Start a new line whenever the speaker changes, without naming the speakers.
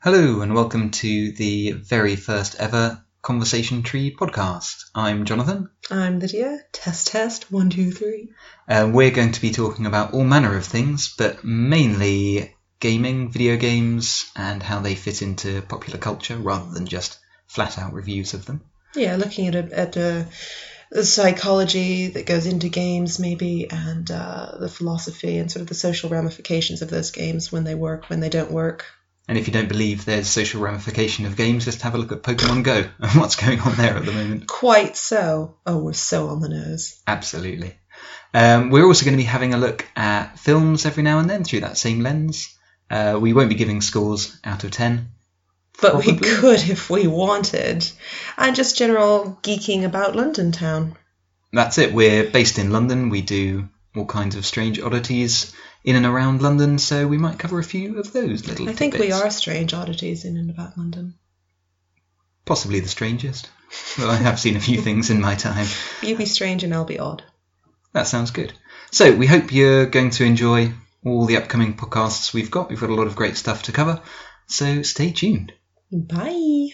Hello, and welcome to the very first ever Conversation Tree podcast. I'm Jonathan,
I'm Lydia. Test, test. One, two, three.
and Uh, we're going to be talking about all manner of things, but mainly gaming, video games, and how they fit into popular culture rather than just flat out reviews of them.
Yeah, looking at a, at a, the psychology that goes into games, maybe, and uh, the philosophy and sort of the social ramifications of those games when they work, when they don't work.
And if you don't believe there's social ramification of games, just have a look at Pokemon Go and what's going on there at the moment.
Quite so. Oh, we're so on the nose.
Absolutely. Um, we're also going to be having a look at films every now and then through that same lens. Uh, we won't be giving scores out of 10.
But we
Probably.
could if we wanted. And just general geeking about London town.
That's it. We're based in London. We do all kinds of strange oddities in and around London, so we might cover a few of those little
I think we
tidbits.
are strange oddities in and about London.
Possibly the strangest. well, I have seen a few things in my time.
You be strange and I'll be odd.
That sounds good. So we hope you're going to enjoy all the upcoming podcasts we've got. We've got a lot of great stuff to cover, so stay tuned.
Bye.